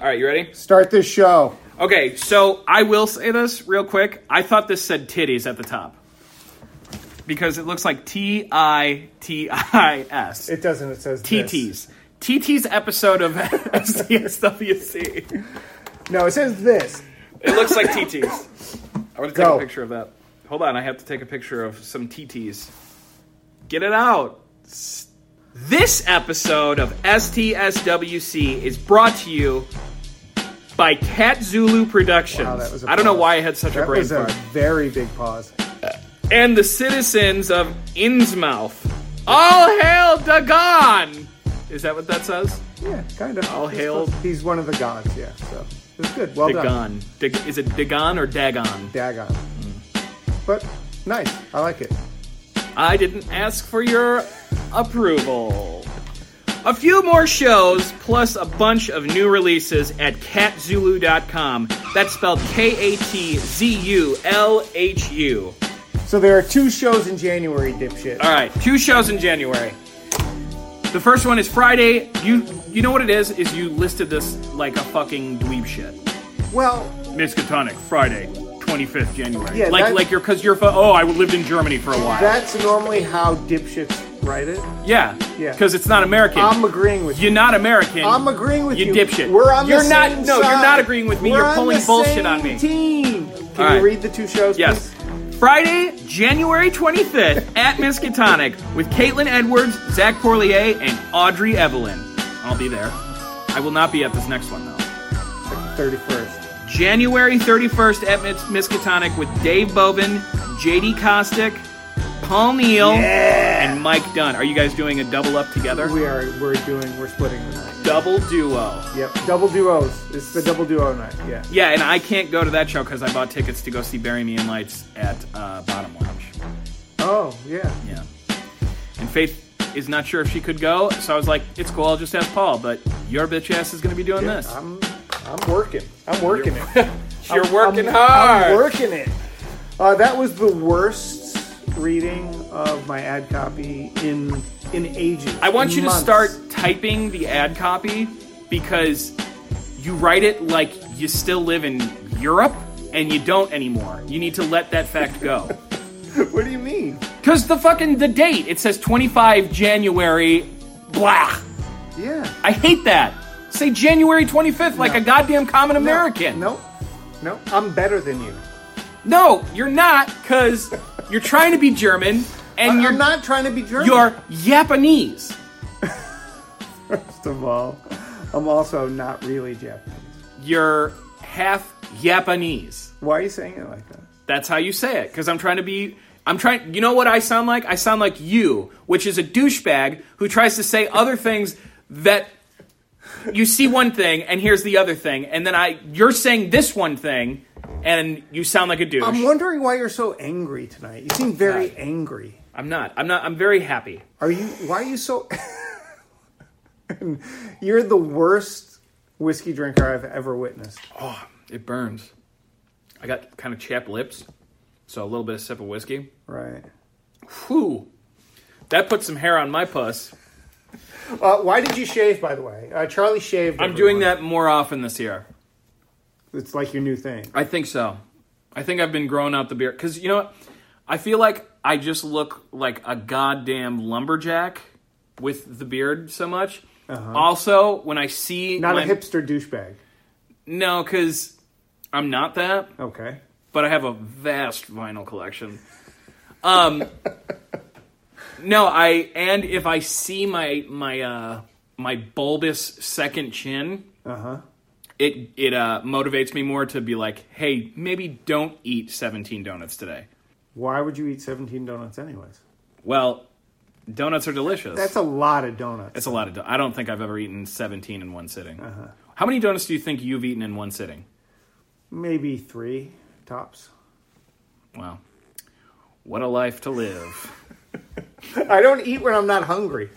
All right, you ready? Start this show. Okay, so I will say this real quick. I thought this said titties at the top because it looks like T I T I S. It doesn't. It says this. TTs. TT's episode of SDSWC. No, it says this. It looks like TTs. I want to take Go. a picture of that. Hold on, I have to take a picture of some TTs. Get it out. S- This episode of STSWC is brought to you by Cat Zulu Productions. Wow, that was a I don't know pause. why I had such a That brain was a fart. very big pause. And the citizens of Innsmouth. All hail Dagon! Is that what that says? Yeah, kind of. All hail- He's one of the gods. Yeah. So it was good. Well done. Dagon. Dag- is it Dagon or Dagon? Dagon. But nice. I like it. I didn't ask for your approval. A few more shows, plus a bunch of new releases at catzulu.com. That's spelled K A T Z U L H U. So there are two shows in January, dipshit. All right, two shows in January. The first one is Friday. You you know what it is? Is you listed this like a fucking dweeb shit. Well, Miskatonic, Friday, 25th January. Yeah, like that- like you're cuz you're fu- oh, I lived in Germany for a while. that's normally how dipshits write it. yeah. Yeah. Cuz it's not American. I'm agreeing with you. You're not American. I'm agreeing with you. you dipshit. We're on the You're not- same no, you're side. not agreeing with me. We're You're on pulling the bullshit same on me. Team. Can you All right. read the two shows? Yes. please? Friday, January 25th at Miskatonic with Caitlin Edwards, Zach Porlier, and Audrey Evelyn. I'll be there. I will not be at this next one, though. Thirty first. January 31st at Mis- Miskatonic with Dave Bobin, JD Kostick, Paul Neal, and Mike Dunn. Are you guys doing a double up together? We are. We're doing. We're splitting the night. double duo. Yep. Double duos. It's the double duo night. Yeah. Yeah, and I can't go to that show because I bought tickets to go see Bury Me in Lights at uh, Bottom Lounge. Oh yeah. Yeah. And Faith is not sure if she could go, so I was like, it's cool, I'll just ask Paul, but your bitch ass is going to be doing this. I'm. I'm working. I'm working it. You're I'm- working I'm- hard. I'm working it. Uh, that was the worst reading of my ad copy in in ages. I want you Months. to start typing the ad copy because you write it like you still live in Europe and you don't anymore. You need to let that fact go. What do you mean? Because the fucking the date, it says 25 January, blah. Yeah. I hate that. Say January 25th like a goddamn common American. No. No. I'm better than you. No, you're not, because you're trying to be German and I- you're I'm not trying to be German. You're Japanese. First of all, I'm also not really Japanese. You're half Japanese. Why are you saying it like that? That's how you say it, because I'm trying to be. I'm trying. You know what I sound like? I sound like you, which is a douchebag who tries to say other things that you see one thing and here's the other thing, and then I you're saying this one thing, and you sound like a douche. I'm wondering why you're so angry tonight. You seem very angry. I'm not. I'm not. I'm very happy. Are you? Why are you so? you're the worst whiskey drinker I've ever witnessed. It burns. I got kind of chapped lips, so a little bit of sip of whiskey. Right. Whew. That put some hair on my puss. Uh, why did you shave, by the way? Uh, Charlie shaved. I'm doing everyone. that more often this year. It's like your new thing. I think so. I think I've been growing out the beard because you know what? I feel like I just look like a goddamn lumberjack with the beard so much. Also, when I see Uh-huh. Not my, a hipster douchebag. no, because I'm not that. Okay. but I have a vast vinyl collection. Um, no, I and if I see my my uh, my bulbous second chin, Uh huh. it it uh, motivates me more to be like, hey, maybe don't eat seventeen donuts today. Why would you eat 17 donuts anyways? Well, donuts are delicious. That's a lot of donuts. it's a lot of. Do- I don't think I've ever eaten seventeen in one sitting. How many donuts do you think you've eaten in one sitting? Maybe three tops. Wow, what a life to live. I don't eat when I'm not hungry.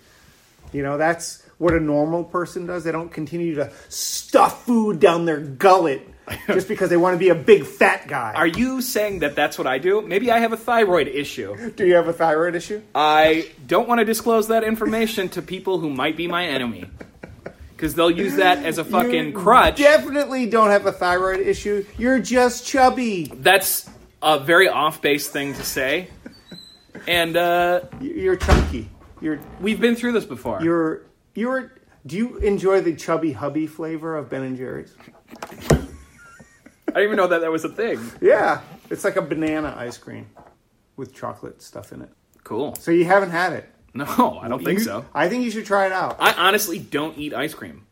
You know, that's what a normal person does. They don't continue to stuff food down their gullet just because they want to be a big fat guy. Are you saying that that's what I do? Maybe I have a thyroid issue. Do you have a thyroid issue? I don't want to disclose that information to people who might be my enemy. because they'll use that as a fucking crutch. Definitely don't have a thyroid issue. You're just chubby. That's a very off base thing to say. And uh, You're chunky. You're we've been through this before. you're you're. Do you enjoy the chubby hubby flavor of Ben and Jerry's? I didn't even know that that was a thing. Yeah, it's like a banana ice cream with chocolate stuff in it. Cool. So you haven't had it. No, I don't think You- so. I think you should try it out. I honestly don't eat ice cream.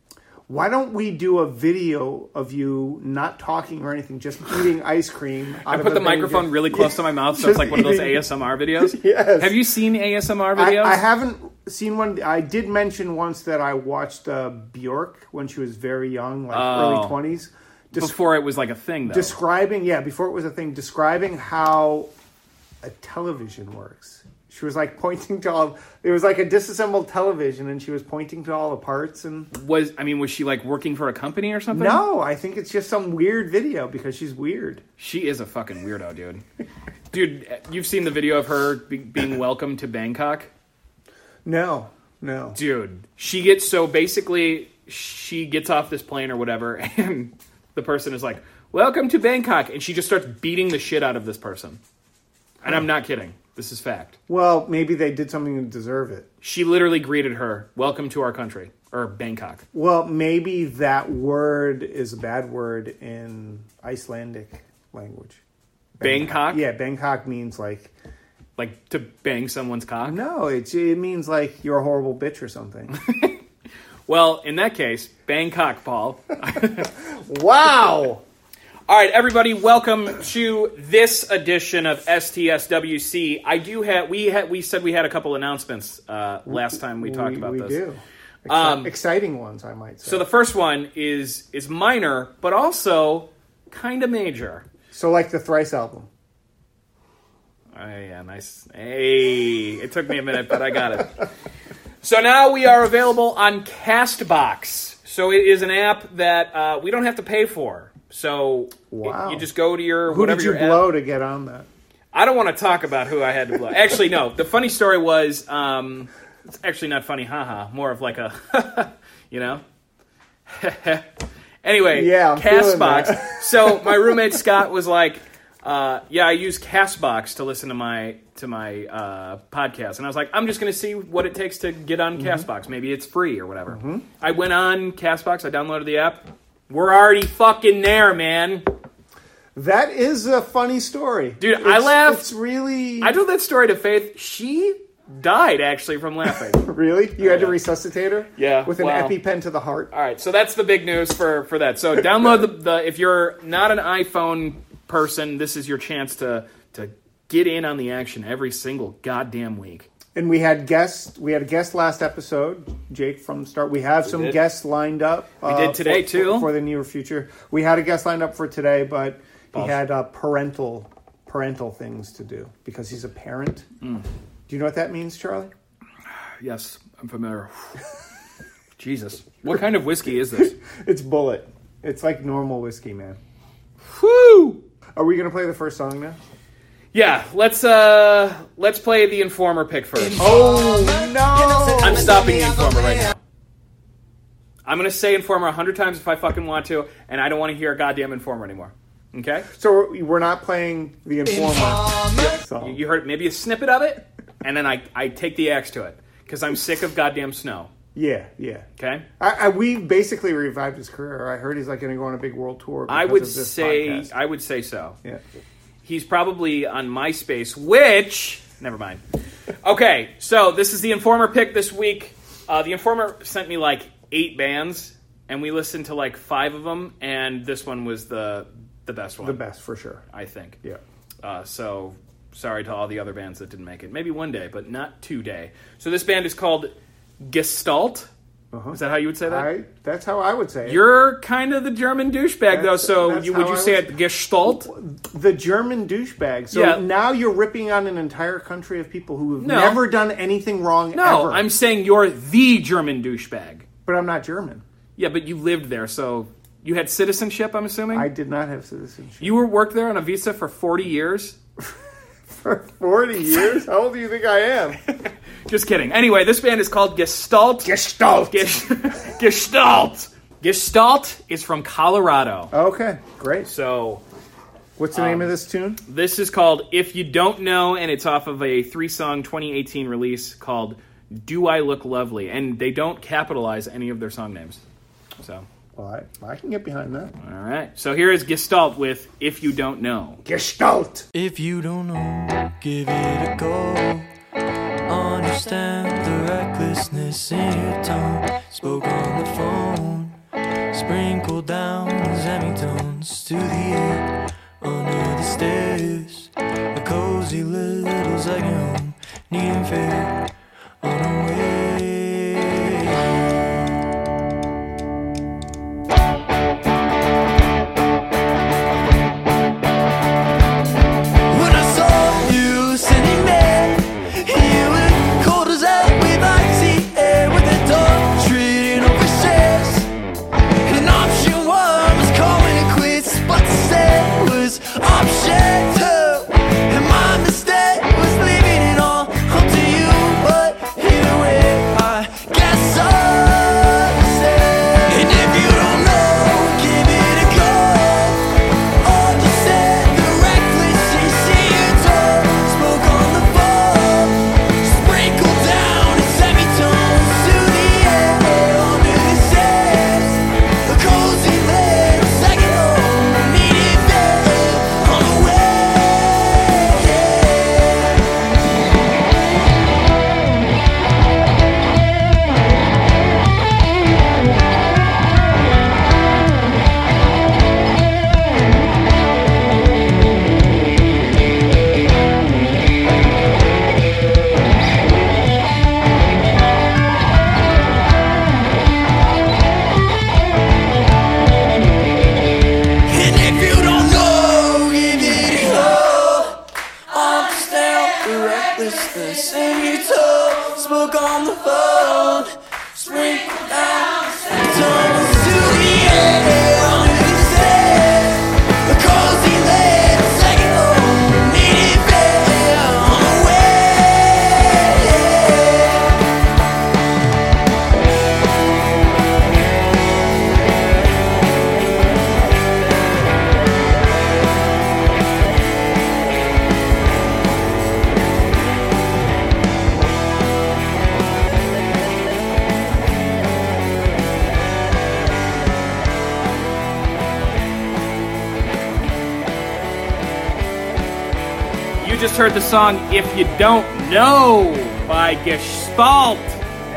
Why don't we do a video of you not talking or anything, just eating ice cream? Out I put the microphone really close to my mouth, so it's like one of those ASMR videos. Yes. Have you seen ASMR I, videos? I haven't seen one. I did mention once that I watched uh, Bjork when she was very young, like Oh. early twenties, Before it was like a thing, though. describing yeah before it was a thing, describing how a television works. She was like pointing to all. It was like a disassembled television, and she was pointing to all the parts. And was I mean, was she like working for a company or something? no, I think it's just some weird video because she's weird. She is a fucking weirdo, dude. Dude, you've seen the video of her be- being welcome to Bangkok? No, no. Dude, she gets so basically she gets off this plane or whatever and the person is like, "Welcome to Bangkok." And she just starts beating the shit out of this person. And I'm not kidding. This is fact. Well, maybe they did something to deserve it. She literally greeted her, "Welcome to our country." Or Bangkok. Well, maybe that word is a bad word in Icelandic language. Bangkok? Yeah, Bangkok means like Like to bang someone's cock? no, it's it means like you're a horrible bitch or something. Well, in that case, Bangkok, Paul. wow. All right, everybody, welcome to this edition of STSWC. I do have we had we said we had a couple announcements uh, last time we talked we, about we this. Um, do. Exci- exciting ones, I might say. So So, the first one is is minor, but also kind of major. like the Thrice album. Oh, yeah, nice. Hey, it took me a minute, but I got it. So now we are available on Castbox. So it is an app that uh, we don't have to pay for. So it- Wow. you just go to your Who whatever did you your app- blow to get on that? I don't want to talk about who I had to blow. actually, no. The funny story was, um, it's actually not funny, haha. More of like a, you know. anyway, Yeah, I'm feeling Castbox. so my roommate Scott was like, uh, "Yeah, I use Castbox to listen to my to my uh, podcast," and I was like, "I'm just going to see what it takes to get on Mm-hmm. Castbox. Maybe it's free or whatever." I went on Castbox. I downloaded the app. We're already fucking there, man. That is a funny story, Dude, I It's- laughed- It's really, I told that story to Faith. She died actually from laughing. really. You had to resuscitate her, Yeah, with an wow. EpiPen to the heart. All right, so that's the big news for for that. So download the, the if you're not an iPhone person, this is your chance to to get in on the action every single goddamn week. And we had guests. We had a guest last episode, Jake from Start. We have some did. guests lined up. We did today, for, too. for the near future. We had a guest lined up for today, but Pause. he had uh, parental parental things to do because he's a parent. Mm. Do you know what that means, Charlie? Yes, I'm familiar. Jesus, what kind of whiskey is this? It's bullet. It's like normal whiskey, man. Whoo! Are we gonna play the first song now? Yeah, let's uh let's play the Informer pick first. Oh no! I'm stopping the Informer right now. I'm gonna say Informer a hundred times if I fucking want to, and I don't want to hear a goddamn Informer anymore. Okay? So we're not playing the Informer. song. You heard maybe a snippet of it, and then I, I take the axe to it because I'm sick of goddamn snow. Yeah, yeah. Okay, I, I, we basically revived his career. I heard he's like going to go on a big world tour. I because would of this say podcast. I would say so. yeah. He's probably on MySpace, which never mind. Okay, so this is the Informer pick this week. Uh, the Informer sent me like eight bands, and we listened to like five of them, and this one was the the best one, the best for sure. I think. Yeah, Uh, so sorry to all the other bands that didn't make it. Maybe one day, but not today. So this band is called Gestalt. Uh-huh. Is that how you would say that? I, that's how I would say it. You're kind of the German douchebag, though. That's- So that's you, would how you I say would- it Gestalt? the German douchebag. So Yeah. now you're ripping on an entire country of people who have No. never done anything wrong. No, ever. I'm saying you're the German douchebag. but I'm not German. Yeah, but you lived there, so you had citizenship. I'm assuming I did not have citizenship you were worked there on a visa for 40 years. for 40 years. How old do you think I am? Just kidding. Anyway, this band is called Gestalt. Gestalt. Ges- Gestalt. Gestalt is from Colorado. Okay, great. So What's the Um, name of this tune? this is called If You Don't Know, and it's off of a three song 2018 release called Do I Look Lovely? And they don't capitalize any of their song names. So, Well, I, I can get behind that. all right. So here is Gestalt with If You Don't Know. Gestalt. If you don't know, give it a go. Understand the recklessness in your tone. Spoke on the phone. Sprinkled down his semitones to the air. Under the stairs. A cozy little second home. Needing fair. Unaware. When I saw you sitting there, you were cold as hell with icy air, with a dog treating overseas. And option one was calling it quits, but the set was option two. And my mistake was leaving it all up to you, but either way, I guess I'm the same. And if you don't know, give it a go. Understand the recklessness in your tone. Spoke on the phone, sprinkled down in semitones to the air under the stairs. A cozy lair, second home, needed there on the way. And if you don't know, give it a go. Understand the recklessness in your tone. Smoke on the phone. Sprinkle down tones to the air. Understand the cozy lid. Second home. Need it better on the way. You just heard the song If You Don't Know by Gestalt.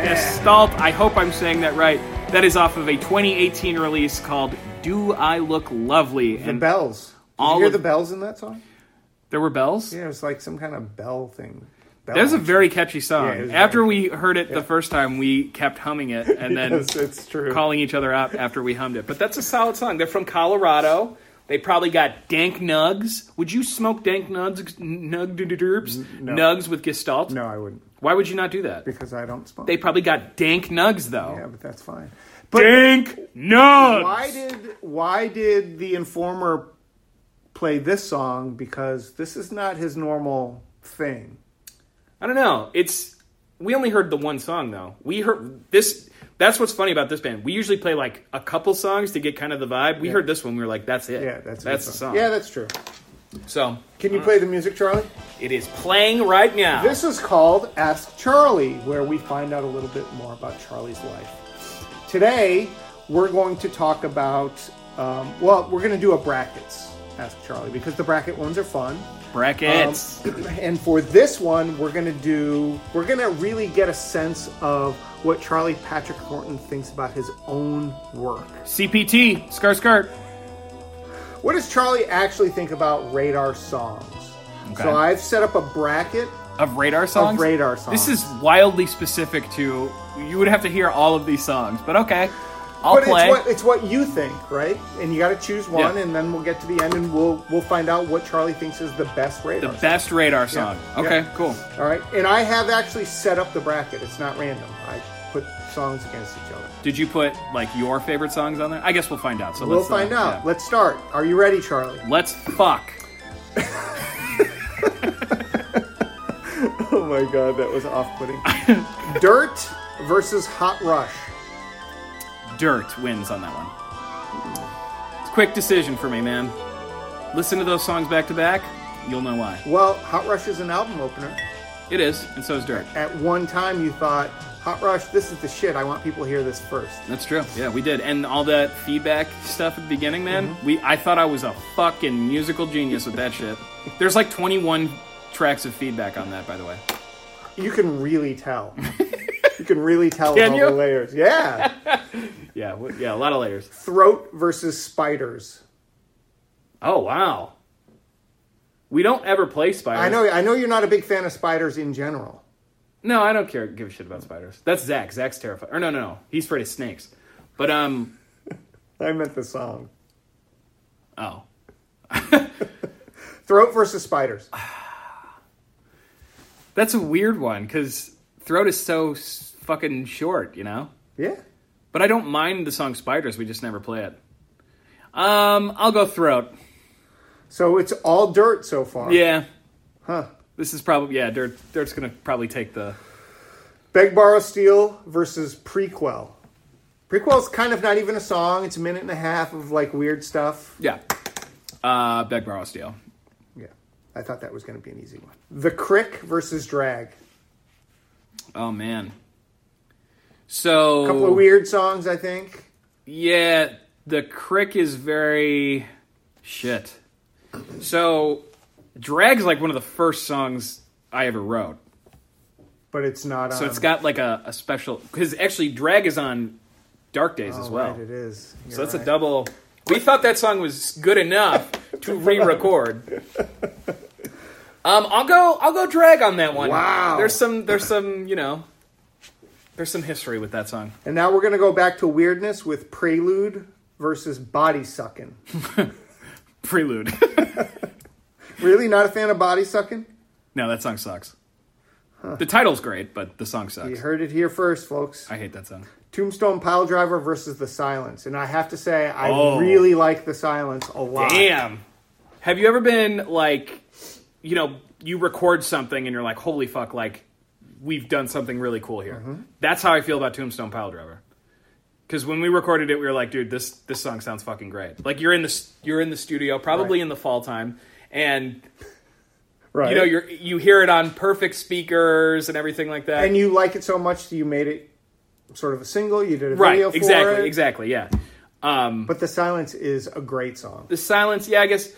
Gestalt, I hope I'm saying that right. That is off of a 2018 release called Do I Look Lovely? The And bells. Did all you hear of- the bells in that song? there were bells? Yeah, it was like some kind of bell thing. Bell That was a very catchy song. Yeah, it was after we very- heard it the first time, we kept humming it and then Yes, it's true. calling each other out after we hummed it. But that's a solid song. They're from Colorado. They probably got dank nugs. Would you smoke dank nugs, nug derps, no. nugs with Gestalt? no, I wouldn't Why would you not do that? because I don't smoke. They probably got dank nugs though. yeah, but that's fine. But Dank nugs. why did why did the informer play this song? Because this is not his normal thing. I don't know. It's we only heard the one song though. We heard this. That's what's funny about this band. We usually play like a couple songs to get kind of the vibe. We heard this one. We were like, "That's it. Yeah, that's a that's good the song." Yeah, that's true. so Can you play the music, Charlie? it is playing right now. This is called Ask Charlie, where we find out a little bit more about Charlie's life. Today, we're going to talk about, um, well, we're going to do a brackets Ask Charlie because the bracket ones are fun. Um, brackets. And for this one, we're going to do, we're going to really get a sense of what Charlie Patrick Horton thinks about his own work. CPT. Scar skirt. What does Charlie actually think about radar songs? Okay. So I've set up a bracket Of radar songs. of radar songs. This is wildly specific to. You would have to hear all of these songs, but okay, I'll but play. it's what it's what you think, right? And you got to choose one, Yeah. and then we'll get to the end, and we'll we'll find out what Charlie thinks is the best the radar. best radar song. Okay, yeah. cool. All right, and I have actually set up the bracket. It's not random. I put songs against each other. Did you put like your favorite songs on there? I guess we'll find out. So We'll let's, uh, find out. yeah. Let's start. Are you ready, Charlie? Let's fuck. Oh my god, that was off-putting. Dirt versus Hot Rush. Dirt wins on that one. It's a quick decision for me, man. Listen to those songs back to back, you'll know why. Well, Hot Rush is an album opener. It is, and so is Dirt. At one time, you thought Hot Rush, this is the shit. I want people to hear this first. That's true. Yeah, we did. And all that feedback stuff at the beginning, man, we I thought I was a fucking musical genius with that shit. There's like 21 tracks of feedback on that, by the way. You can really tell. you can really tell Can all you? the layers. Yeah. Yeah, w- yeah, a lot of layers. Throat versus spiders. Oh, wow. We don't ever play spiders. I know. I know you're not a big fan of spiders in general. No, I don't care. Give a shit about spiders. That's Zach. Zach's terrified. Or no, no, no. He's afraid of snakes. But um, I meant the song. oh, Throat versus spiders. that's a weird one because throat is so s- fucking short, you know. Yeah. But I don't mind the song Spiders. We just never play it. Um, I'll go throat. So it's all dirt so far. Yeah, Huh. this is probably yeah. Dirt, dirt's gonna probably take the. Beg, borrow, steal versus prequel. Prequel's kind of not even a song. It's a minute and a half of like weird stuff. Yeah. Uh, Beg Borrow Steal. Yeah. I thought that was going to be an easy one. The Crick versus Drag. Oh man. So couple of weird songs, I think. Yeah, the crick is very shit. So, Drag's like one of the first songs I ever wrote. But it's not. So it's got like a, a special because actually Drag is on Dark Days as well. Oh, it is. so that's a double. We thought that song was good enough to re-record. Um, I'll go. I'll go drag on that one. Wow. There's some. There's some. You know. There's some history with that song. And now we're gonna go back to weirdness with prelude versus body sucking. Prelude. really not a fan of body sucking? No, that song sucks. The title's great, but the song You sucks. heard it here first, folks. I hate that song. Tombstone Pile Driver versus the Silence. And I have to say, I Oh. really like the Silence a lot. Damn. Have you ever been like, you know, you record something and you're like, holy fuck, like, we've done something really cool here. Mm-hmm. That's how I feel about Tombstone Piledriver. Because when we recorded it, we were like, dude, this this song sounds fucking great. Like you're in the s- you're in the studio, probably Right. in the fall time, and Right. you know you're you hear it on perfect speakers and everything like that. and you like it so much that you made it sort of a single. You did a right? video for Exactly. it. Exactly. Yeah. But the Silence is a great song. the silence yeah i guess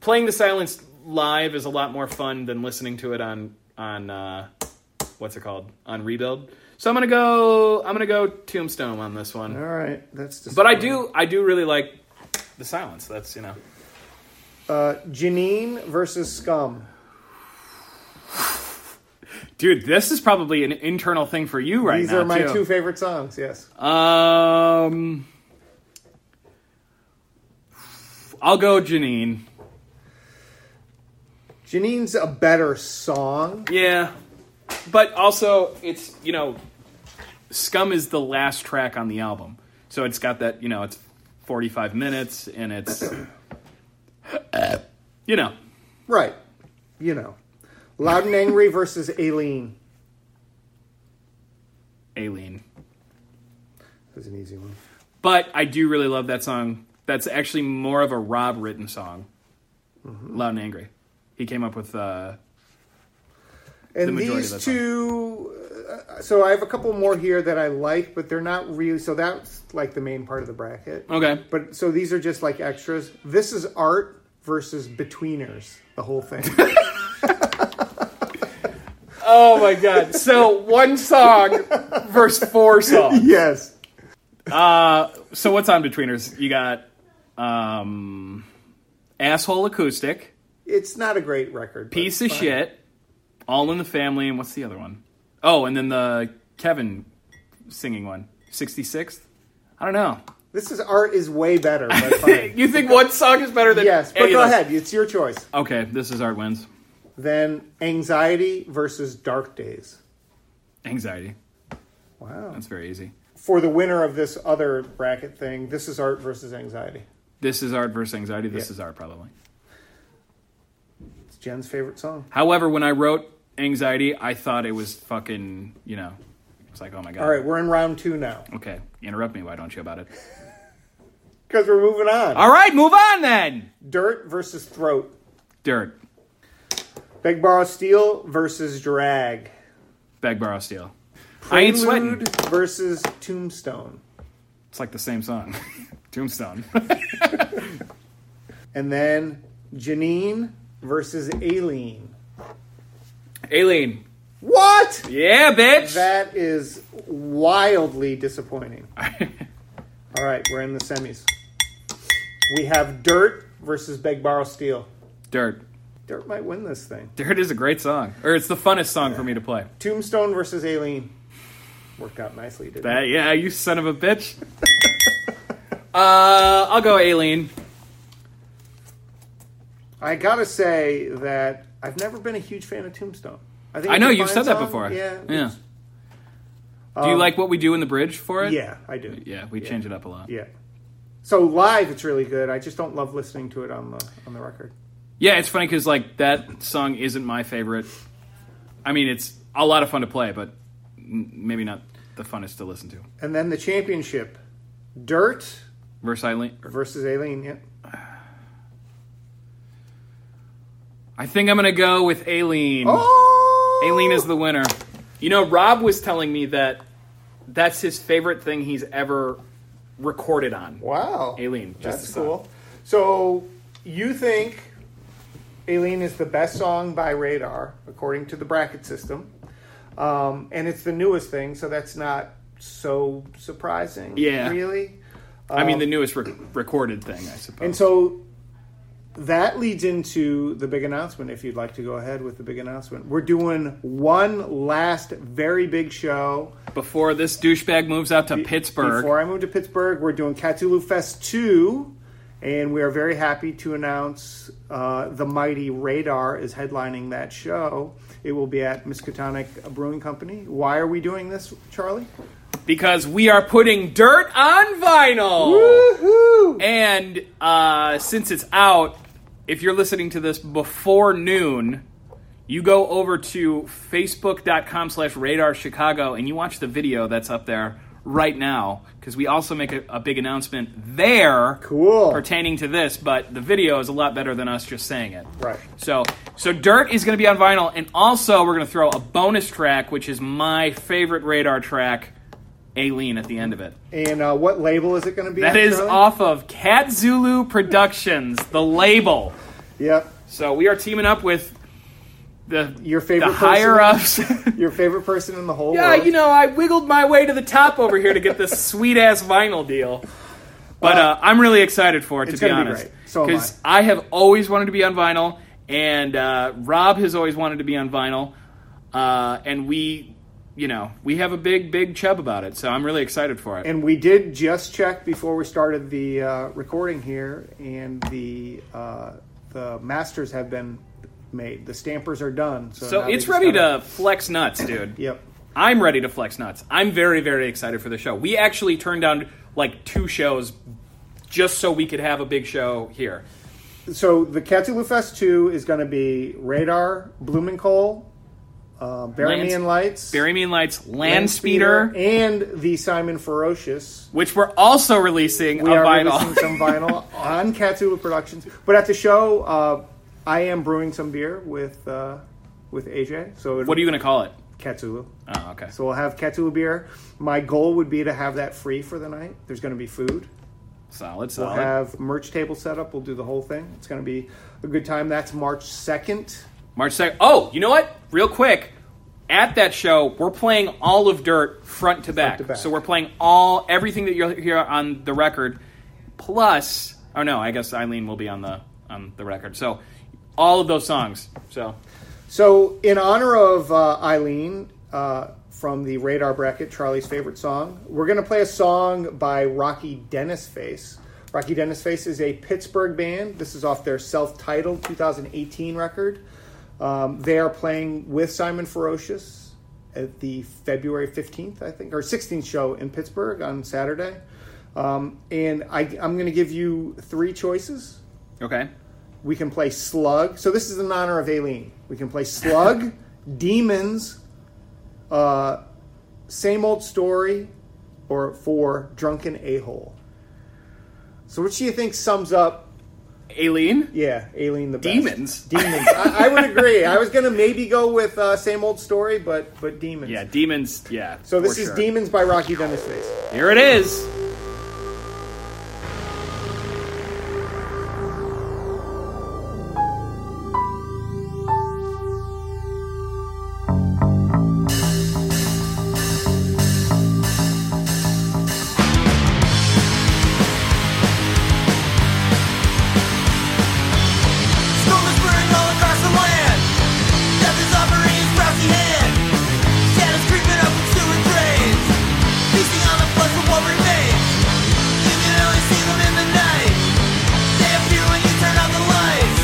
playing the silence live is a lot more fun than listening to it on on uh what's it called on rebuild so i'm gonna go i'm gonna go tombstone on this one All right, that's. but i disappointing. do i do really like the silence that's you know Uh, Janine versus Scum. dude this is probably an internal thing for you right These now are my too. two favorite songs. Yes. um i'll go janine Janine's a better song. Yeah, but also it's you know, Scum is the last track on the album, so it's got that you know it's forty five minutes and it's you know Right. You know. Loud and Angry versus Aileen. Aileen. That was an easy one. But I do really love that song. That's actually more of a Rob written song, loud and angry. He came up with uh, The And majority of these that song. two. Uh, so I have a couple more here that I like, but they're not really. So that's like the main part of the bracket. okay. But so these are just like extras. This is art versus betweeners. The whole thing. Oh my god! So one song versus four songs. yes. So what's on betweeners? You got um asshole acoustic, It's not a great record. but piece of fine. shit, all in the family, and what's the other one? Oh, and then the Kevin singing one, 66th? I don't know. This is art is way better. But fine. You think one song is better than yes, but any of go those? ahead. It's your choice. Okay, this is Art Wins. Then anxiety versus dark days. Anxiety. Wow. That's very easy. for the winner of this other bracket thing, this is art versus anxiety. This is Art versus Anxiety. This Yeah. is Art probably. It's Jen's favorite song. However, when I wrote anxiety. I thought it was fucking, you know, it's like, oh my god. All right, we're in round two now Okay, interrupt me. Why don't you about it? because we're moving on. All right, move on then. Dirt versus throat. Dirt, Beg, borrow, steal versus drag. beg, borrow, steal. I ain't sweating. Prelude versus tombstone. It's like the same song. Tombstone. And then Janine versus Aileen. Aileen. What? Yeah, bitch. That is wildly disappointing. All right, we're in the semis. We have Dirt versus Beg Borrow Steel. Dirt. Dirt might win this thing. Dirt is a great song, or it's the funnest song for me to play. Tombstone versus Aileen. Worked out nicely, didn't That, yeah, you son of a bitch. uh, I'll go Aileen. it? I gotta say that I've never been a huge fan of Tombstone. think I it's know a you've fine said that song. before. Yeah. Yeah. it's- Do you like what we do in the bridge for it? Uh, Yeah, I do. Yeah, we change it up a lot. Yeah. So live, it's really good. I just don't love listening to it on the on the record. Yeah, it's funny because like that song isn't my favorite. I mean, it's a lot of fun to play, but n- maybe not the funnest to listen to. And then the championship, Dirt Verse Eileen. versus Aileen. Yeah. I think I'm gonna go with Aileen. Oh, Aileen is the winner. You know, Rob was telling me that that's his favorite thing he's ever recorded on. wow. Aileen, just That's the song. cool. So you think Aileen is the best song by Radar according to the bracket system, um, and it's the newest thing, so that's not so surprising. Yeah. really. I mean, the newest rec recorded thing, I suppose. And so that leads into the big announcement. If you'd like to go ahead with the big announcement, we're doing one last very big show Before this douchebag moves out to Pittsburgh, before I move to Pittsburgh. We're doing Cthulhu Fest two, and we are very happy to announce uh, the mighty Radar is headlining that show. It will be at Miskatonic Brewing Company. Why are we doing this, Charlie? because we are putting dirt on vinyl. Woohoo! And uh, since it's out, if you're listening to this before noon, you go over to facebook.com slash radar Chicago and you watch the video that's up there right now because we also make a, a big announcement there Cool. pertaining to this, but the video is a lot better than us just saying it. Right. So, so Dirt is going to be on vinyl, and also we're going to throw a bonus track, which is my favorite radar track, Aileen, at the end of it. And uh, what label is it going to be? That on, is Charlie? off of Cat Zulu Productions, the label. Yep. So we are teaming up with the Your favorite the higher ups. Your favorite person in the whole yeah, world. you know, I wiggled my way to the top over here to get this sweet ass vinyl deal. But uh, I'm really excited for it, it's to be gonna be honest. great. So am I. I. have always wanted to be on vinyl, and uh, Rob has always wanted to be on vinyl, uh, and we, you know, we have a big, big chub about it. So I'm really excited for it. And we did just check before we started the uh, recording here, and the uh, the masters have been made. The stampers are done, so, so now they it's just ready gotta- to flex nuts, dude. Yep. I'm ready to flex nuts. I'm very, very excited for the show. We actually turned down like two shows just so we could have a big show here. So the Cthulhu Fest two is going to be Radar, Blumenkohl, uh, Bury Land- Me in Lights, Bury Me in Lights, Land Speeder, and the Simon Ferocious. which we're also releasing we on are vinyl. releasing some vinyl on Katsula Productions. But at the show, uh, I am brewing some beer with uh, with AJ. So it'll what are you going to call it? Katsulu? Oh, okay. So we'll have Katsulu beer. My goal would be to have that free for the night. There's going to be food. Solid, We'll solid. have merch table set up. We'll do the whole thing. It's going to be a good time. That's March second. March 2nd. Oh, you know what? Real quick. At that show, we're playing all of Dirt front to back. to back. So we're playing all everything that you'll hear on the record, plus oh no, I guess Eileen will be on the on the record. So all of those songs. So So in honor of uh, Eileen. Uh, from the radar bracket, Charlie's favorite song. We're going to play a song by Rocky Dennis Face. Rocky Dennis Face is a Pittsburgh band. This is off their self titled 2018 record. Um, they are playing with Simon Ferocious at the February 15th, I think, or 16th show in Pittsburgh on Saturday. Um, and I, I'm going to give you three choices. okay. We can play Slug. So this is in honor of Aileen. We can play Slug, Demons, uh, same old story, or four, drunken a hole. So, which do you think sums up? Aileen? Yeah, Aileen the best. Demons. Demons. I, I would agree. I was gonna maybe go with uh, same old story, but but demons. Yeah, demons. Yeah. So this for is sure. demons by Rocky Dennis Face. Here it is. Storm is brewing all across the land. Death is offering its frosty hand. Shadows creeping up from sewer drains, feasting on the flesh of what remains. You can only see them in the night. They appear when you turn out the lights.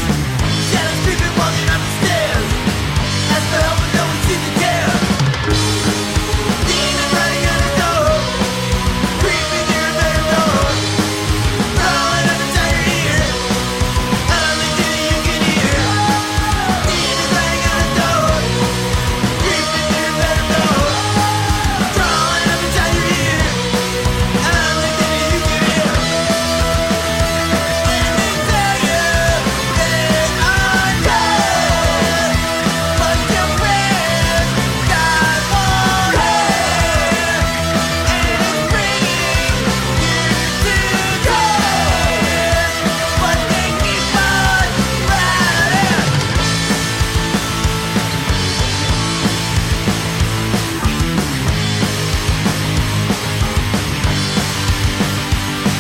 Shadows creeping, walking up the stairs. Ask for help, but no one seems to care. Demons riding on the door, creeping near a better door, prowling up inside your ear. Yeah. But they keep on riding. All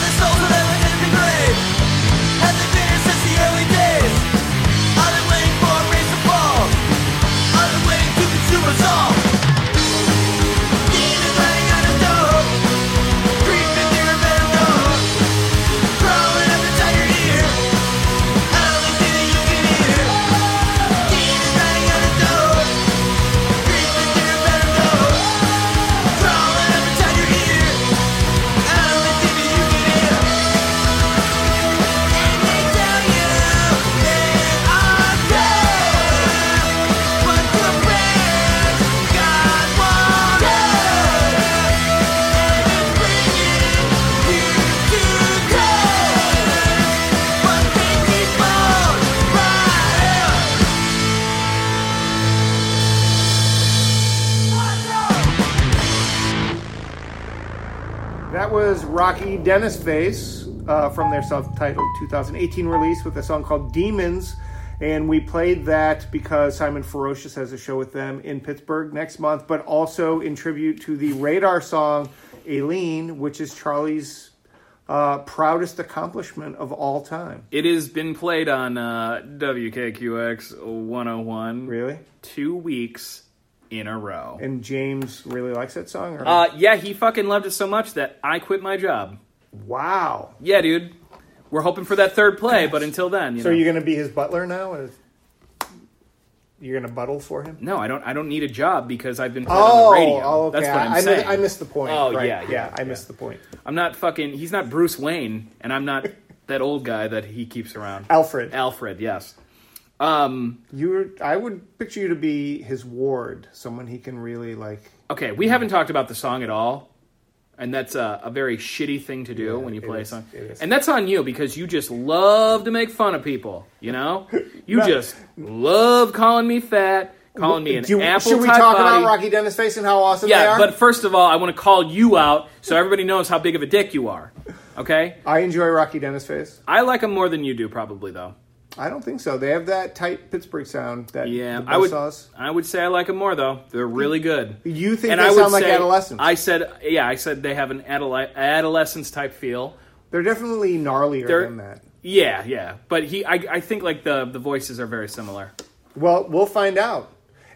the souls that have been in the grave have they been here since the early days? Are they waiting for a race to fall? Are they waiting to consume us all? Demons riding on the door, creeping near a better door. Crawling up inside your ear, only thing that you can hear. Demons riding on the door, creeping through a better door. Crawling up inside your ear, only thing that you can hear. And they tell you they are dead, but your friend got one. Thank you That was Rocky Dennis Face uh, from their self-titled 2018 release with a song called Demons. And we played that because Simon Ferocious has a show with them in Pittsburgh next month, but also in tribute to the Radar song Aileen, which is Charlie's uh, proudest accomplishment of all time. It has been played on uh, WKQX 101 Really? two weeks in a row. And James really likes that song? Or? Uh, yeah, he fucking loved it so much that I quit my job. wow. Yeah, dude. We're hoping for that third play, but until then, you So know. are you going to be his butler now? Is- You're going to buttle for him? no, I don't. I don't need a job because I've been put Oh, on the radio. oh, okay. That's what I'm I, mi- saying. I missed the point. Oh, right. yeah, yeah, I missed the point. I'm not fucking. He's not Bruce Wayne, and I'm not that old guy that he keeps around. Alfred, Alfred, yes. Um, you were, I would picture you to be his ward, someone he can really like. okay, we haven't talked about the song at all, and that's a, a very shitty thing to do when you it play is, a song. it is. And that's on you because you just love to make fun of people. You know, you just love calling me fat, calling me an Do you- apple. should we type talk body. about Rocky Dennis Face and how awesome they Yeah, are? but first of all, I want to call you out so everybody knows how big of a dick you are. Okay, I enjoy Rocky Dennis Face. I like him more than you do, probably though. I don't think so. They have that tight Pittsburgh sound. That Yeah, the I would. buzzsaws. I would say I like them more though. They're really good. You think and they I would sound like say- adolescents? I said, yeah, I said they have an adole- adolescence type feel. They're definitely gnarlier They're- than that. Yeah, yeah, but he, I, I think like the the voices are very similar. Well, we'll find out.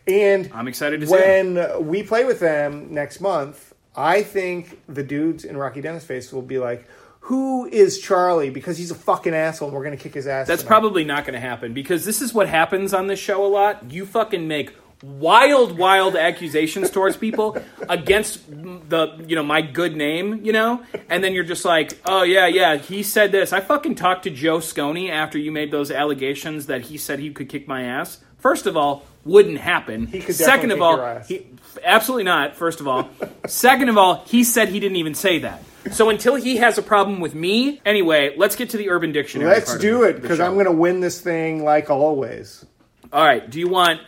And I'm excited to see when we play with them next month. I think the dudes in Rocky Dennis Face will be like, "Who is Charlie?" Because he's a fucking asshole. and We're gonna kick his ass. That's tonight." probably not going to happen because this is what happens on this show a lot. You fucking make wild, wild accusations towards people against the you know my good name, you know, and then you're just like, oh yeah, yeah, he said this. I fucking talked to Joe Sconey after you made those allegations that he said he could kick my ass. First of all, wouldn't happen. He could definitely Second of kick all, your ass. he absolutely not. First of all, second of all, he said he didn't even say that. So until he has a problem with me, anyway, let's get to the Urban Dictionary. Let's part do of it the because show. I'm going to win this thing like always. All right. Do you want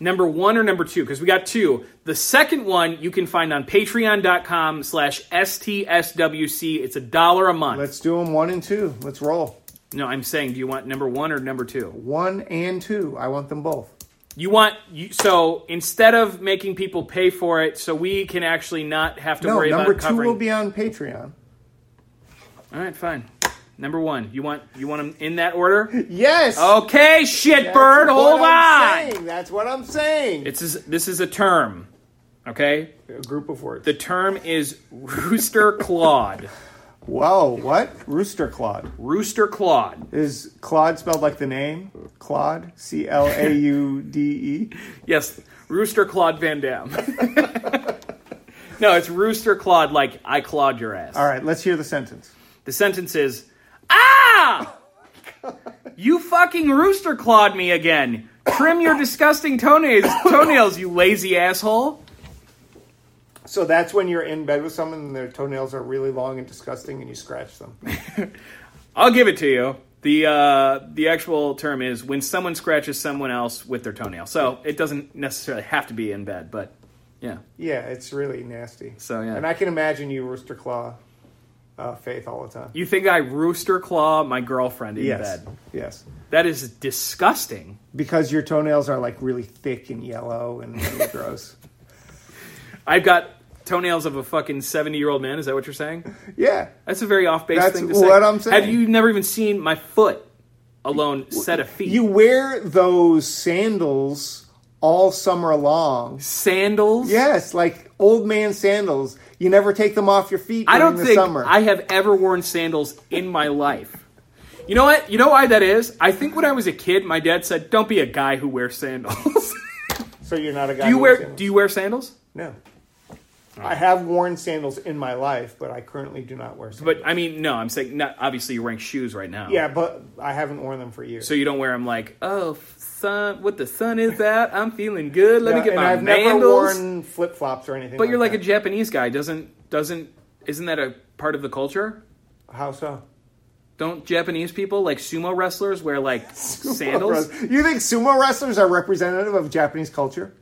number one or number two? Because we got two. The second one you can find on patreon.com slash STSWC. It's a dollar a month. Let's do them one and two. Let's roll. no, I'm saying, do you want number one or number two? One and two. I want them both. You want, you, so instead of making people pay for it, so we can actually not have to No, worry number about two covering. will be on Patreon. All right, fine. Number one, you want you want them in that order? Yes. Okay, shit That's bird, what Oh, hold I'm on. saying. That's what I'm saying. It's is this is a term, okay? a group of words. The term is rooster clawed. Whoa, what? Rooster Claude. Rooster Claude. Is Claude spelled like the name? Claude? C L A U D E? Yes, Rooster Claude Van Damme. no, it's Rooster Claude, like I clawed your ass. All right, let's hear the sentence. The sentence is, Ah! You fucking rooster clawed me again. Trim your disgusting toenails, toenails, you lazy asshole. So that's when you're in bed with someone and their toenails are really long and disgusting and you scratch them. I'll give it to you. The uh, the actual term is when someone scratches someone else with their toenail. So it doesn't necessarily have to be in bed, but yeah. Yeah, it's really nasty. So, yeah. And I can imagine you Rooster Claw uh, Faith all the time. You think I rooster claw my girlfriend in yes. bed? Yes. That is disgusting. Because your toenails are like really thick and yellow and really gross. I've got toenails of a fucking 70 year old man. Is that what you're saying? Yeah. That's a very off base That's thing to say. what I'm saying. Have you never even seen my foot alone set of feet? You wear those sandals all summer long. Sandals? Yes, like old man sandals. You never take them off your feet I during don't the think summer. I have ever worn sandals in my life. You know what? You know why that is? I think when I was a kid, my dad said, "Don't be a guy who wears sandals." so you're not a guy. do you who wear? wears sandals? Do you wear sandals? no. I have worn sandals in my life, but I currently do not wear sandals. But I mean, no. I'm saying, not, obviously, you're wearing shoes right now. yeah, but I haven't worn them for years. So you don't wear them like, oh, sun, what the sun is out. I'm feeling good. Let me Yeah, get and my I've never mandals. worn flip flops or anything. But you're like a that. Japanese guy. Doesn't doesn't isn't that a part of the culture? how so? Don't Japanese people like sumo wrestlers wear like sandals? You think sumo wrestlers are representative of Japanese culture?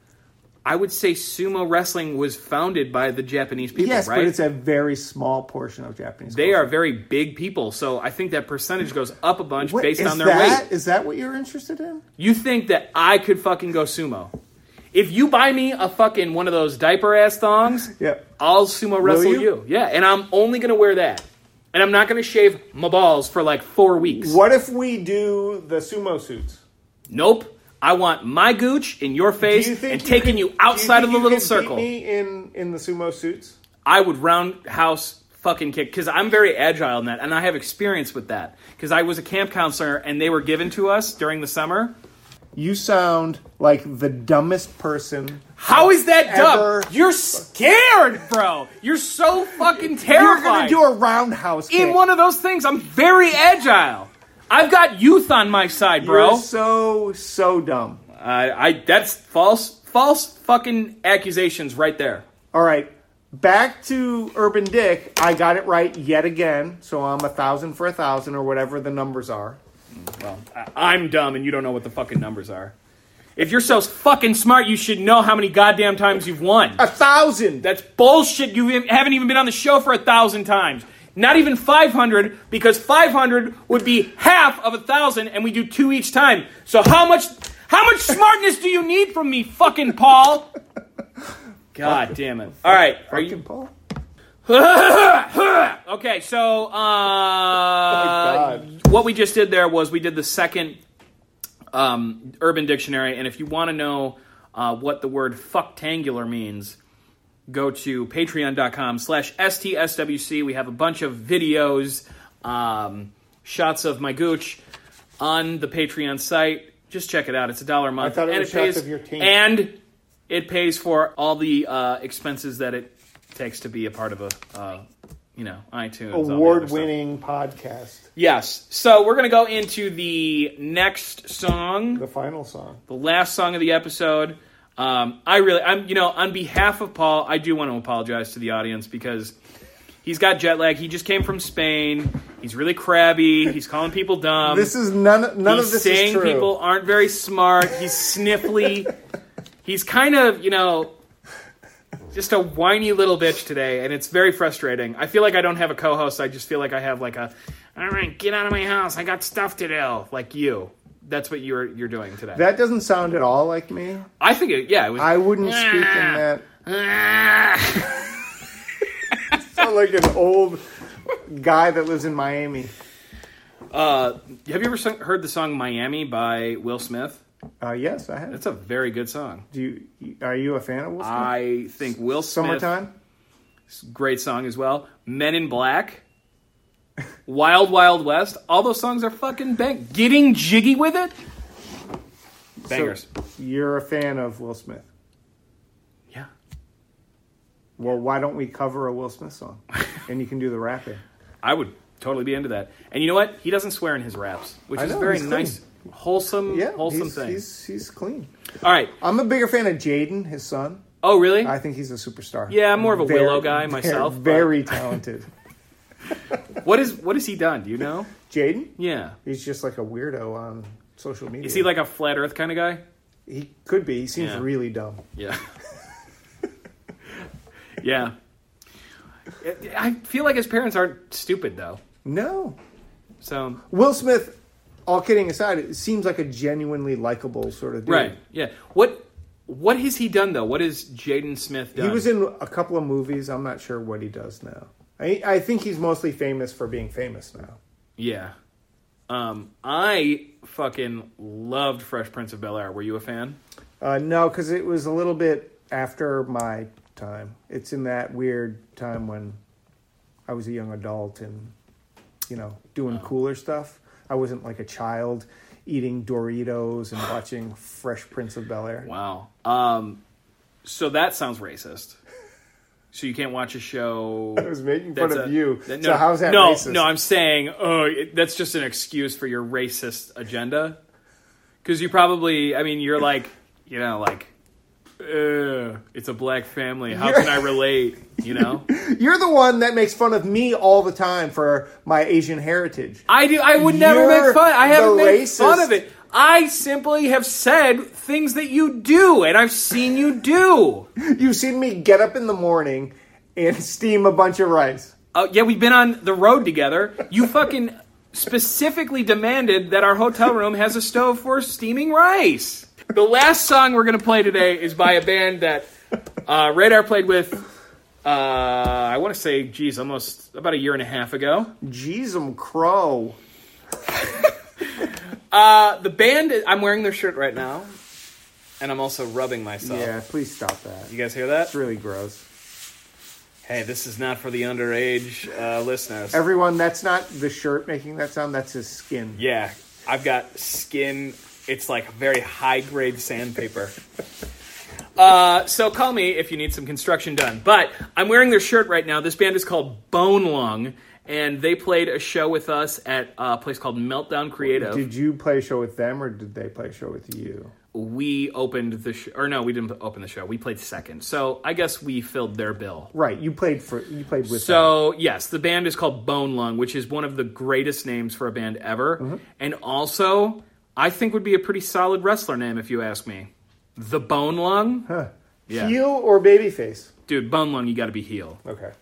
I would say sumo wrestling was founded by the Japanese people, Yes, right? but it's a very small portion of Japanese. they culture. are very big people, so I think that percentage goes up a bunch What- based is on their that, weight. Is that what you're interested in? You think that I could fucking go sumo? If you buy me a fucking one of those diaper ass thongs, Yep. I'll sumo wrestle you? you? Yeah, and I'm only gonna wear that, and I'm not gonna shave my balls for like four weeks. What if we do the sumo suits? Nope. I want my gooch in your face Do you think and you taking can- you outside do of you the little think you can circle. Beat me in in the sumo suits. I would roundhouse fucking kick because I'm very agile in that, and I have experience with that because I was a camp counselor and they were given to us during the summer. You sound like the dumbest person. How is that Ever- dumb? You're scared, bro. You're so fucking You're terrified. gonna do a roundhouse kick. in one of those things. I'm very agile. I've got youth on my side, You're bro. so so dumb. I, I that's false, false fucking accusations right there. All right, back to Urban Dick. I got it right yet again, so I'm a thousand for a thousand or whatever the numbers are. Well, I, I'm dumb and you don't know what the fucking numbers are. If you're so fucking smart, you should know how many goddamn times you've won. A thousand. That's bullshit. You haven't even been on the show for a thousand times. Not even 500, because 500 would be half of a thousand, and we do two each time. So how much, how much smartness do you need from me, fucking Paul? God damn it! All right, are you Fucking Paul. okay? So, uh, God. what we just did there was we did the second um, Urban Dictionary, and if you want to know uh, what the word "fucktangular" means, go to patreon.com slash stswc we have a bunch of videos um, shots of my gooch on the patreon site Just check it out. It's a dollar a month. thought it and was it shots pays of your team. and it pays for all the uh, expenses that it takes to be a part of a uh, you know iTunes all the other stuff. Award-winning podcast. Yes. So we're gonna go into the next song. The final song. the last song of the episode. Um, I really, I'm, you know, on behalf of Paul, I do want to apologize to the audience because he's got jet lag. He just came from Spain. He's really crabby. He's calling people dumb. This is none. None he's of this saying is true. people aren't very smart. He's sniffly. he's kind of, you know, just a whiny little bitch today, and it's very frustrating. I feel like I don't have a co-host. I just feel like I have like a, all right, get out of my house. I got stuff to do. Like you. That's what you're you're doing today. that doesn't sound at all like me. I think it, yeah, it was. I wouldn't speak in that. sound like an old guy that lives in Miami. uh, have you ever sung, heard the song Miami by Will Smith? Uh, yes, I have. That's a very good song. Do you? Are you a fan of Will Smith? I think Uh, Will Smith. Summertime. Great song as well. Men in Black. Wild Wild West. All those songs are fucking bang. Getting jiggy with it. Bangers. You're a fan of Will Smith. yeah. Well, why don't we cover a Will Smith song? And you can do the rapping. I would totally be into that. And you know what? He doesn't swear in his raps, which I is know, very he's clean. nice, wholesome, Yeah, wholesome he's, thing. he's he's clean. All right. I'm a bigger fan of Jaden, his son. Oh, really? I think he's a superstar. Yeah, I'm more of a Very- Willow guy very- myself, but- Very talented. what is what has he done? Do you know? Jaden, Yeah. he's just like a weirdo on social media. Is he like a flat Earth kind of guy? He could be. He seems Yeah. really dumb. Yeah. yeah. I feel like his parents aren't stupid though. No, So Will Smith. All kidding aside, it seems like a genuinely likable sort of dude. right, yeah. What what has he done though? What has Jaden Smith done? He was in a couple of movies. I'm not sure what he does now. I, I think he's mostly famous for being famous now. yeah. Um, I fucking loved Fresh Prince of Bel Air. Were you a fan? Uh, no, because it was a little bit after my time. It's in that weird time when I was a young adult and, you know, doing Oh. cooler stuff. I wasn't like a child eating Doritos and watching Fresh Prince of Bel Air. Wow. Um, so that sounds racist. So you can't watch a show. I was making fun of you. So how's that no, racist? No, I'm saying, oh, it, that's just an excuse for your racist agenda. Because you probably, I mean, you're like, you know, like, "Ugh, it's a black family. How You're- can I relate? You know, You're the one that makes fun of me all the time for my Asian heritage. I do. I would never You're make fun. I haven't the made fun racist. of it. I simply have said things that you do, and I've seen you do. You've seen me get up in the morning and steam a bunch of rice. Uh, yeah, we've been on the road together. You fucking specifically demanded that our hotel room has a stove for steaming rice. The last song we're going to play today is by a band that uh, Radar played with, uh, I want to say, geez, almost about a year and a half ago. Jeezum crow. Uh, the band, I'm wearing their shirt right now, and I'm also rubbing myself. Yeah, please stop that. You guys hear that? It's really gross. Hey, this is not for the underage uh, listeners. Everyone, that's not the shirt making that sound. That's his skin. Yeah, I've got skin. It's like very high grade sandpaper. Uh, so call me if you need some construction done. But I'm wearing their shirt right now. This band is called Bone Lung, and they played a show with us at a place called Meltdown Creative. Did you play a show with them, or did they play a show with you? We opened the sh- or no, we didn't open the show. We played second. So I guess we filled their bill. Right, you played for you played with. them. So yes, the band is called Bone Lung, which is one of the greatest names for a band ever, and also I think would be a pretty solid wrestler name if you ask me. The Bone Lung, yeah, heel or babyface? dude, Bone Lung, you got to be heel. Okay.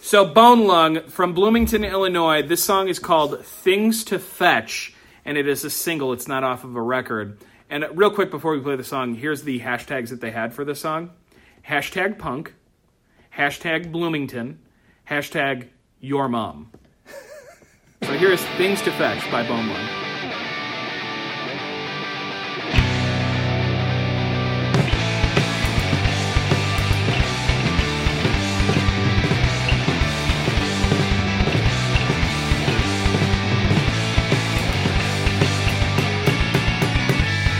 So Bone Lung from Bloomington, Illinois. This song is called "Things to Fetch," and it is a single. It's not off of a record. And uh, real quick before we play the song, here's the hashtags that they had for this song: hashtag Punk, hashtag Bloomington, hashtag Your Mom. so here is "Things to Fetch" by Bone Lung. Things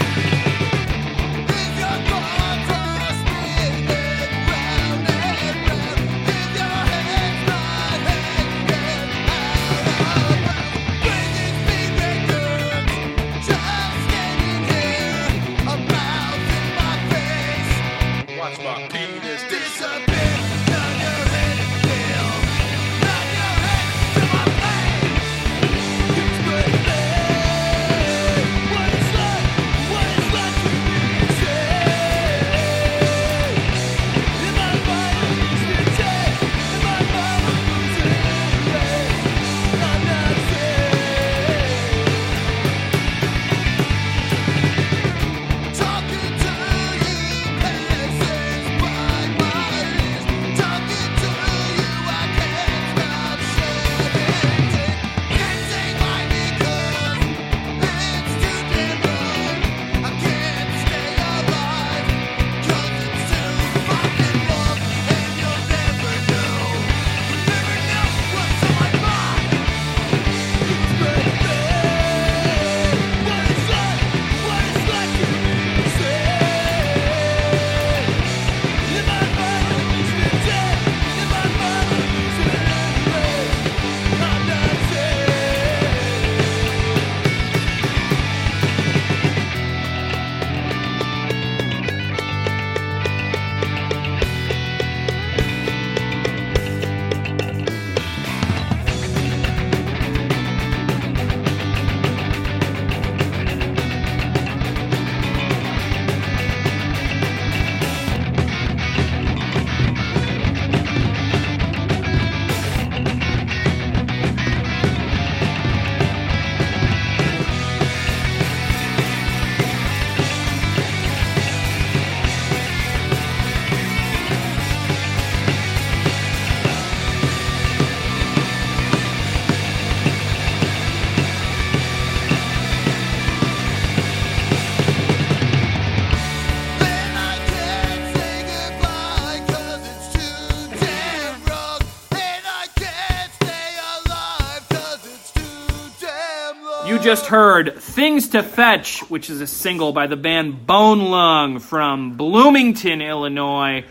You just heard Things to Fetch, which is a single by the band Bone Lung from Bloomington, Illinois.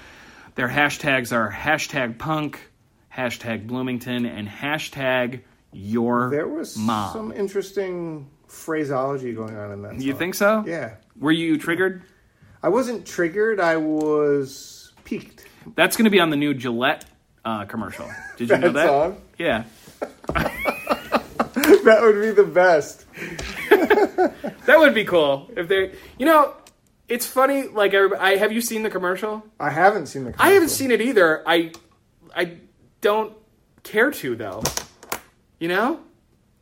Their hashtags are hashtag punk, hashtag Bloomington, and hashtag your There was mom. some interesting phraseology going on in that. you song. think so? Yeah, Were you triggered? I wasn't triggered. I was piqued. That's going to be on the new Gillette uh, commercial. Did you know That that? song? Yeah. That would be the best. That would be cool if they. You know, it's funny. Like, everyb- I have you seen the commercial? I haven't seen the. I haven't commercial. seen it either. I, I don't care to though. You know,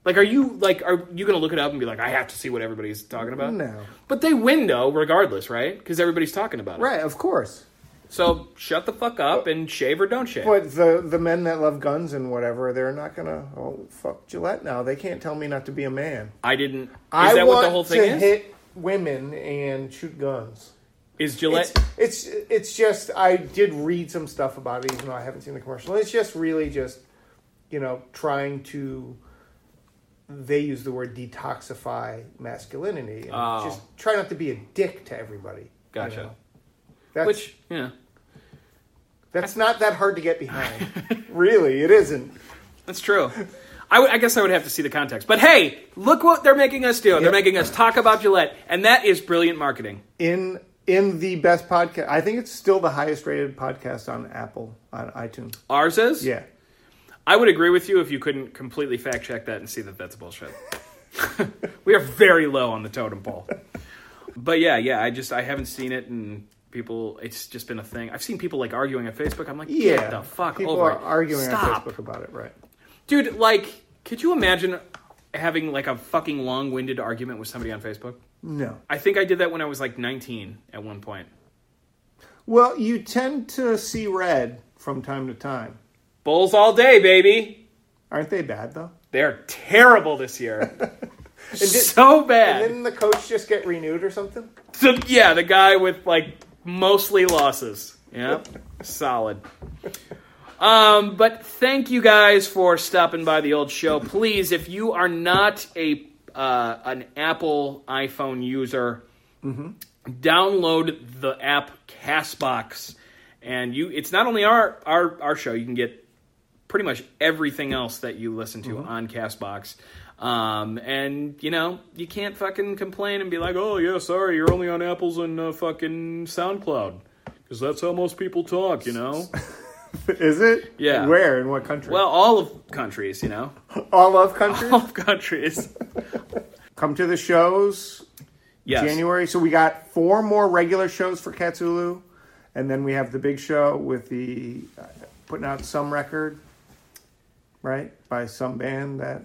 like, are you like, are you gonna look it up and be like, I have to see what everybody's talking about? No. But they win though, regardless, right? Because everybody's talking about it. Right, of course. So shut the fuck up and shave or don't shave. But the the men that love guns and whatever, they're not gonna. Oh fuck Gillette now. They can't tell me not to be a man. I didn't. Is I that want what the whole thing to is? hit women and shoot guns. is Gillette? It's, it's it's just I did read some stuff about it, even though I haven't seen the commercial. It's just really just you know trying to. They use the word detoxify masculinity. And Oh. Just try not to be a dick to everybody. you Gotcha. know? That's, Which yeah, that's not that hard to get behind. really, it isn't. that's true. I would- I guess I would have to see the context. But hey, look what they're making us do. They're Yep. making us talk about Gillette, and that is brilliant marketing. in in the best podcast. I think it's still the highest rated podcast on Apple on iTunes. Ours is? Yeah, I would agree with you if you couldn't completely fact check that and see that that's bullshit. we are very low on the totem pole. But yeah, yeah, I just I haven't seen it and people it's just been a thing. I've seen people like arguing on Facebook. I'm like, yeah. get the fuck People over are it. arguing Stop. on Facebook about it, right? Dude, like could you imagine having like a fucking long-winded argument with somebody on Facebook? No. I think I did that when I was like 19 at one point. Well, you tend to see red from time to time. Bulls all day, baby. Aren't they bad though? They're terrible this year. so bad. Didn't the coach just get renewed or something? So, yeah, the guy with like mostly losses. Yep. Solid. Um, but thank you guys for stopping by the old show. Please, if you are not a uh, an Apple iPhone user, download the app Castbox, and you. It's not only our our our show. You can get pretty much everything else that you listen to Mm-hmm. on Castbox. Um, and you know you can't fucking complain and be like, oh yeah, sorry, you're only on Apple's and uh, fucking SoundCloud because that's how most people talk, you know. Is it? Yeah. Where in what country? well, all of countries, you know, all of country. all of countries. Come to the shows Yes. January. So we got four more regular shows for Katsulu, and then we have the big show with the uh, putting out some record, right, by some band that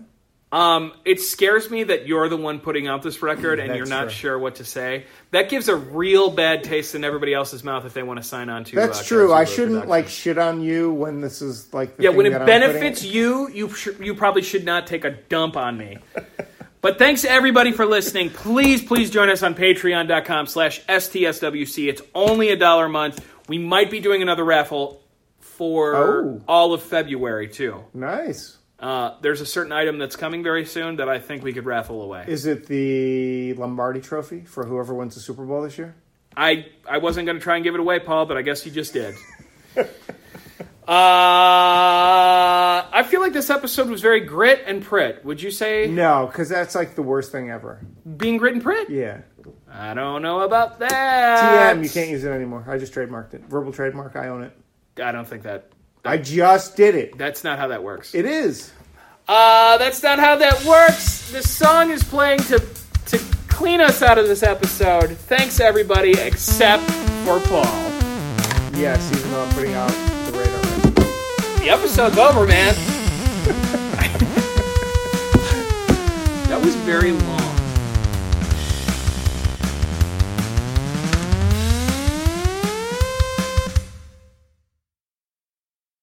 Um, it scares me that you're the one putting out this record and That's you're not true. sure what to say. That gives a real bad taste in everybody else's mouth if they want to sign on to. That's uh, true. Kansas I Road shouldn't Productions. like shit on you when this is like the Yeah, thing when it that I'm putting- benefits you, you sh- you probably should not take a dump on me. but thanks everybody for listening. Please, please join us on patreon.com slash STSWC. It's only a dollar a month. We might be doing another raffle for Oh. all of February too. Nice. Uh, there's a certain item that's coming very soon that I think we could raffle away. Is it the Lombardi Trophy for whoever wins the Super Bowl this year? I I wasn't going to try and give it away, Paul, but I guess you just did. uh, I feel like this episode was very grit and prit. Would you say No, because that's like the worst thing ever. being grit and prit? Yeah. I don't know about that. TM, you can't use it anymore. I just trademarked it. Verbal trademark. I own it. I don't think that. I just did it. That's not how that works. It is. Uh, that's not how that works. The song is playing to to clean us out of this episode. Thanks everybody, except for Paul. Yes, even though I'm putting out the radar. The episode's over, man. that was very long.